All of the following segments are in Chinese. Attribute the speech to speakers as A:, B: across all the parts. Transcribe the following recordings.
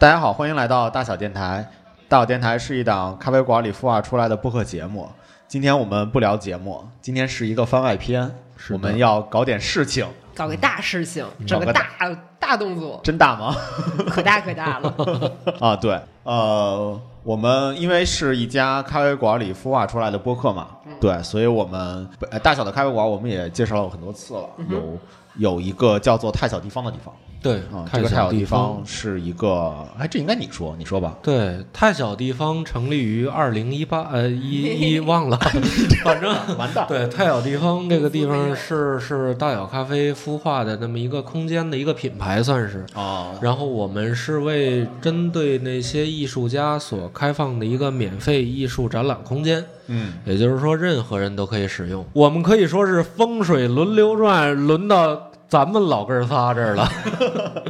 A: 大家好，欢迎来到大小电台。大小电台是一档咖啡馆里孵化出来的播客节目。今天我们不聊节目，今天是一个番外篇，
B: 是的
A: 我们要搞点事情，
C: 搞个大事情，
A: 嗯搞
C: 整个
A: 个
C: 大大动作，
A: 真大 吗？
C: 可大可 大了。
A: 啊，对，呃，我们因为是一家咖啡馆里孵化出来的播客嘛，对，所以我们呃大小的咖啡馆我们也介绍了很多次了，有有一个叫做太小地方的地方
B: 对
A: 啊，，
B: 太
A: 这个太
B: 小
A: 小地
B: 地
A: 方。是一个，哎，这应该你说，你说吧，
B: 对，太小地方成立于二零一八，呃， 一一忘了，反正
A: 完蛋，
B: 对太小地方这个地方是是大小咖啡孵化的那么一个空间的一个品牌，算是。
A: 啊，
B: 然后我们是为针对那些艺术家所开放的一个免费艺术展览空间，
A: 嗯。
B: 也就是说任何人都可以使用。我们可以说是风水轮流转，轮到咱们老哥儿仨这儿了。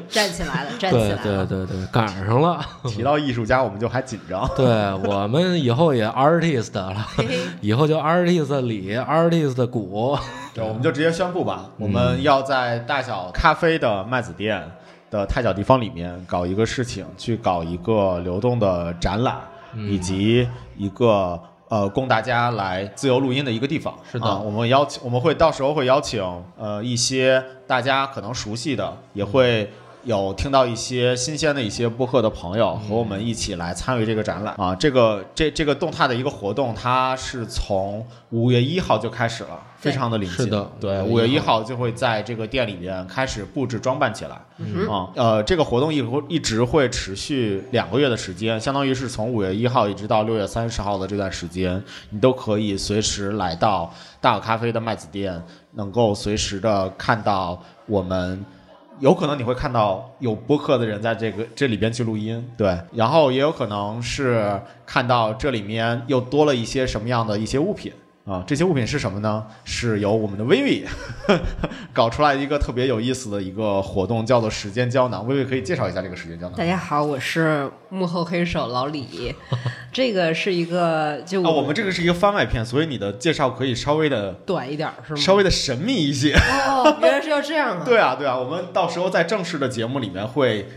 C: 站起来了，站起
B: 对
C: 来
B: 对
C: 了。
B: 对对，赶上了。
A: 提到艺术家，我们就还紧 张。
B: 对我们以后也 artist 了，
C: 嘿嘿
B: 以后就 artist 李，artist 古，
A: 对，我们就直接宣布
B: 嗯
A: 吧，我们要在大小咖啡的麦子店的太小地方里面搞一个事情，去搞一个流动的展览，
B: 嗯
A: 以及一个呃供大家来自由录音的一个地方。
B: 是的
A: 啊我们邀请，我们会到时候会邀请呃一些大家可能熟悉的，
B: 嗯
A: 也会。有听到一些新鲜的一些播客的朋友
B: 嗯
A: 和我们一起来参与这个展览啊，这个这这个动态的一个活动，它是从五月一号就开始了，非
C: 对
A: 常的临近。
B: 是的嗯
A: 对，五
B: 5
A: 月
B: 月
A: 一
B: 1
A: 号就会在这个店里边开始布置装扮起来。
C: 嗯哼
A: 啊，呃，这个活动一会一直会持续两个月的时间，相当于是从五月一号一直到六月三十号的这段时间，你都可以随时来到大有咖啡的麦子店，能够随时的看到我们。有可能你会看到有播客的人在这个这里边去录音，对，然后也有可能是看到这里面又多了一些什么样的一些物品啊，这些物品是什么呢？是由我们的 Vivi 搞出来一个特别有意思的一个活动，叫做时间胶囊。薇薇可以介绍一下这个时间胶囊？
C: 大家好，我是幕后黑手老 李，这个是一个就
A: 啊，我们这个是一个番外篇，所以你的介绍可以稍微的、
C: 短一点儿是吗？
A: 稍微的神秘一些。
C: 哦，原来是要这样啊！
A: 对啊，对啊，我们到时候在正式的节目里面会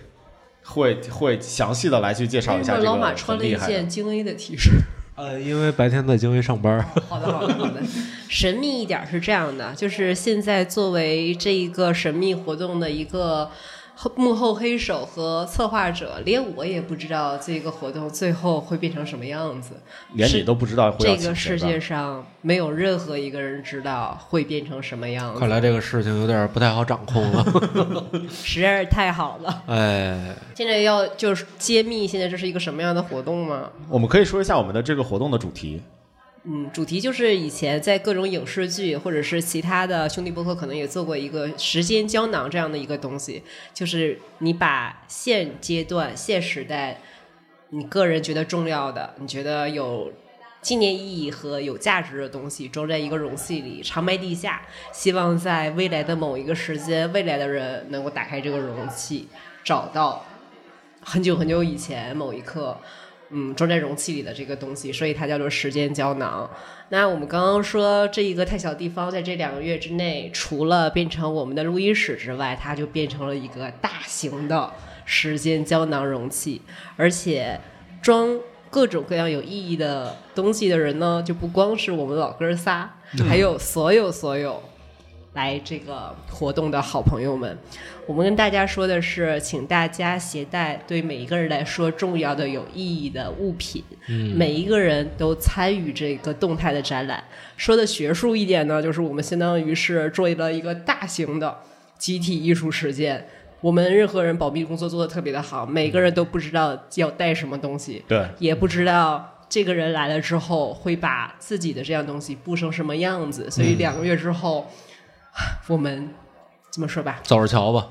A: 会会详细的来去介绍一
C: 为什
A: 下
C: 么
A: 这个
C: 老马
A: 很
C: 穿了一
A: 厉害的。
C: 件精 A 的 T 恤？
B: 呃，因为白天在京威上班，
C: 好的，好的，好的。神秘一点是这样的，就是现在作为这一个神秘活动的一个后幕后黑手和策划者，连我也不知道这个活动最后会变成什么样子。
A: 连你都不知道会要
C: 这
A: 请
C: 个
A: 谁
C: 世
A: 吧
C: 界上没有任何一个人知道会变成什么样
B: 看
C: 子，
B: 来这个事情有点不太好掌控 了。
C: 实在是太好了。
B: 哎，
C: 现在要就是揭秘，现在这是一个什么样的活动吗？
A: 我们可以说一下我们的这个活动的主题。
C: 嗯，主题就是以前在各种影视剧或者是其他的兄弟播客可能也做过一个时间胶囊这样的一个东西，就是你把现阶段、现时代你个人觉得重要的、你觉得有纪念意义和有价值的东西装在一个容器里，长埋地下，希望在未来的某一个时间，未来的人能够打开这个容器，找到很久很久以前某一刻，嗯，装在容器里的这个东西，所以它叫做时间胶囊。那我们刚刚说这一个太小地方，在这两个月之内，除了变成我们的录音室之外，它就变成了一个大型的时间胶囊容器，而且装各种各样有意义的东西的人呢，就不光是我们老哥仨，还有所有所有来这个活动的好朋友们。我们跟大家说的是，请大家携带对每一个人来说重要的、有意义的物品。每一个人都参与这个动态的展览。说的学术一点呢，就是我们相当于是做了一个大型的集体艺术实践。我们任何人保密工作做得特别的好，每个人都不知道要带什么东西，
A: 对，
C: 也不知道这个人来了之后会把自己的这样东西布成什么样子，所以两个月之后， 我们这么说吧，
B: 走着瞧吧。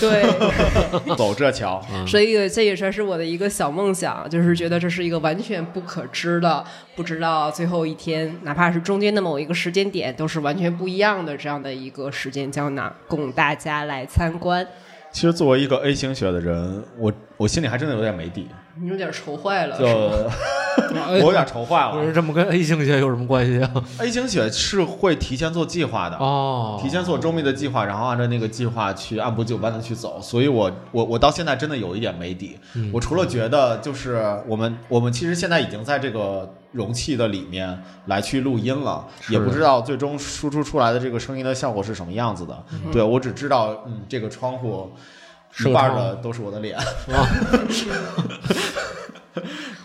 C: 对，
A: 走这桥，
C: 所以这也算是我的一个小梦想，就是觉得这是一个完全不可知的，不知道最后一天，哪怕是中间的某一个时间点，都是完全不一样的这样的一个时间胶囊，供大家来参观。
A: 其实作为一个 A 型血的人，我我心里还真的有点没底。
C: 你有点愁坏了，是
A: 就
C: 吗？
A: 我有点愁坏
B: 不哎是
A: 了。
B: 这么跟 A 型血有什么关系啊？
A: A 型血是会提前做计划的，
B: 哦，
A: 提前做周密的计划，然后按照那个计划去按部就班的去走。所以我我我到现在真的有一点没底。
B: 嗯
A: 我除了觉得就是我们我们其实现在已经在这个容器的里面来去录音了，
B: 是
A: 也不知道最终输出出来的这个声音的效果是什么样子的。对我只知道嗯，这个窗户
B: 是
A: 一
B: 个
A: 半儿
B: 窗
A: 的
B: 户
A: 都是我的脸。对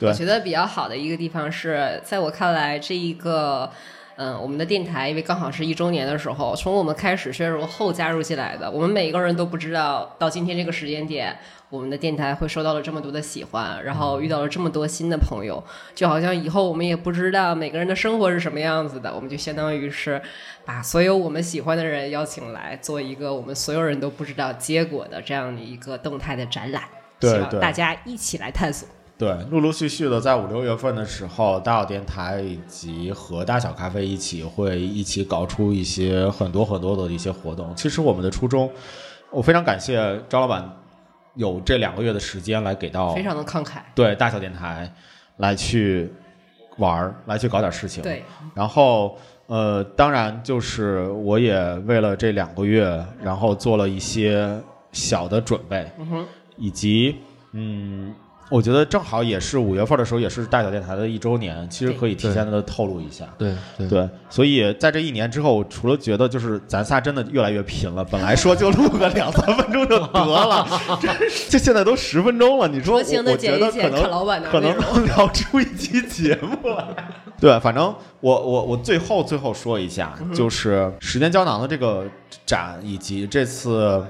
C: 我觉得比较好的一个地方是，在我看来，这一个。嗯，我们的电台因为刚好是一周年的时候，从我们开始宣融后加入进来的，我们每个人都不知道到今天这个时间点，我们的电台会收到了这么多的喜欢，然后遇到了这么多新的朋友，就好像以后我们也不知道每个人的生活是什么样子的，我们就相当于是把所有我们喜欢的人邀请来，做一个我们所有人都不知道结果的这样的一个动态的展览，
A: 对
C: 希望
A: 对
C: 大家一起来探索。
A: 对，陆陆续续的，在五六月份的时候，大小电台以及和大小咖啡一起会一起搞出一些很多很多的一些活动。其实我们的初衷，我非常感谢张老板有这两个月的时间来给到
C: 非常的慷慨。
A: 对大小电台来去玩儿，来去搞点事情。
C: 对，
A: 然后呃，当然就是我也为了这两个月，然后做了一些小的准备，
C: 嗯哼，
A: 以及嗯，我觉得正好也是五月份的时候，也是大小电台的一周年，其实可以提前的透露一下。
B: 对对
A: 对，所以在这一年之后，我除了觉得就是咱仨真的越来越贫了，本来说就录个两三分钟就得 了，这这现在都十分钟了，你说我
C: 酌情的
A: 我觉
C: 剪
A: 得可
C: 一剪，
A: 能
C: 看老板的
A: 可能
C: 内容
A: 能 聊出一期节目来。对，反正我我我最后最后说一下，
C: 嗯
A: 就是时间胶囊的这个展以及这次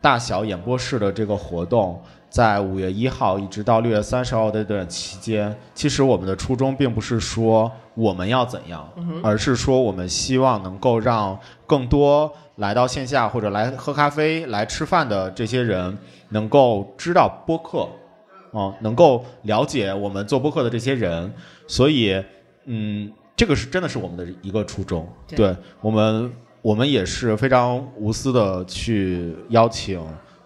A: 大小演播室的这个活动，在五月一号一直到六月三十号的这段期间，其实我们的初衷并不是说我们要怎样，
C: 嗯
A: 而是说我们希望能够让更多来到线下或者来喝咖啡、来吃饭的这些人能够知道播客。啊、能够了解我们做播客的这些人，所以，嗯，这个是真的是我们的一个初衷。
C: 对
A: 我们，我们也是非常无私的去邀请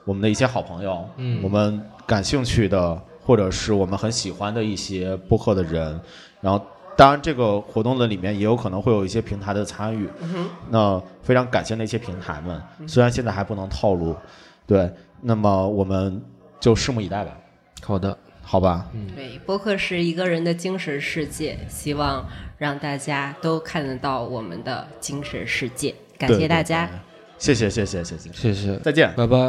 A: 我们的一些好朋友，
B: 嗯
A: 我们感兴趣的或者是我们很喜欢的一些播客的人，然后。当然，这个活动的里面也有可能会有一些平台的参与，那非常感谢那些平台们，虽然现在还不能透露，对，那么我们就拭目以待吧。
B: 好的，
A: 好吧，
C: 对，播客是一个人的精神世界，希望让大家都看得到我们的精神世界。感
A: 对
C: 谢大家。，
A: 对对谢谢谢谢谢谢，
B: 谢谢，
A: 再见。
B: 拜拜。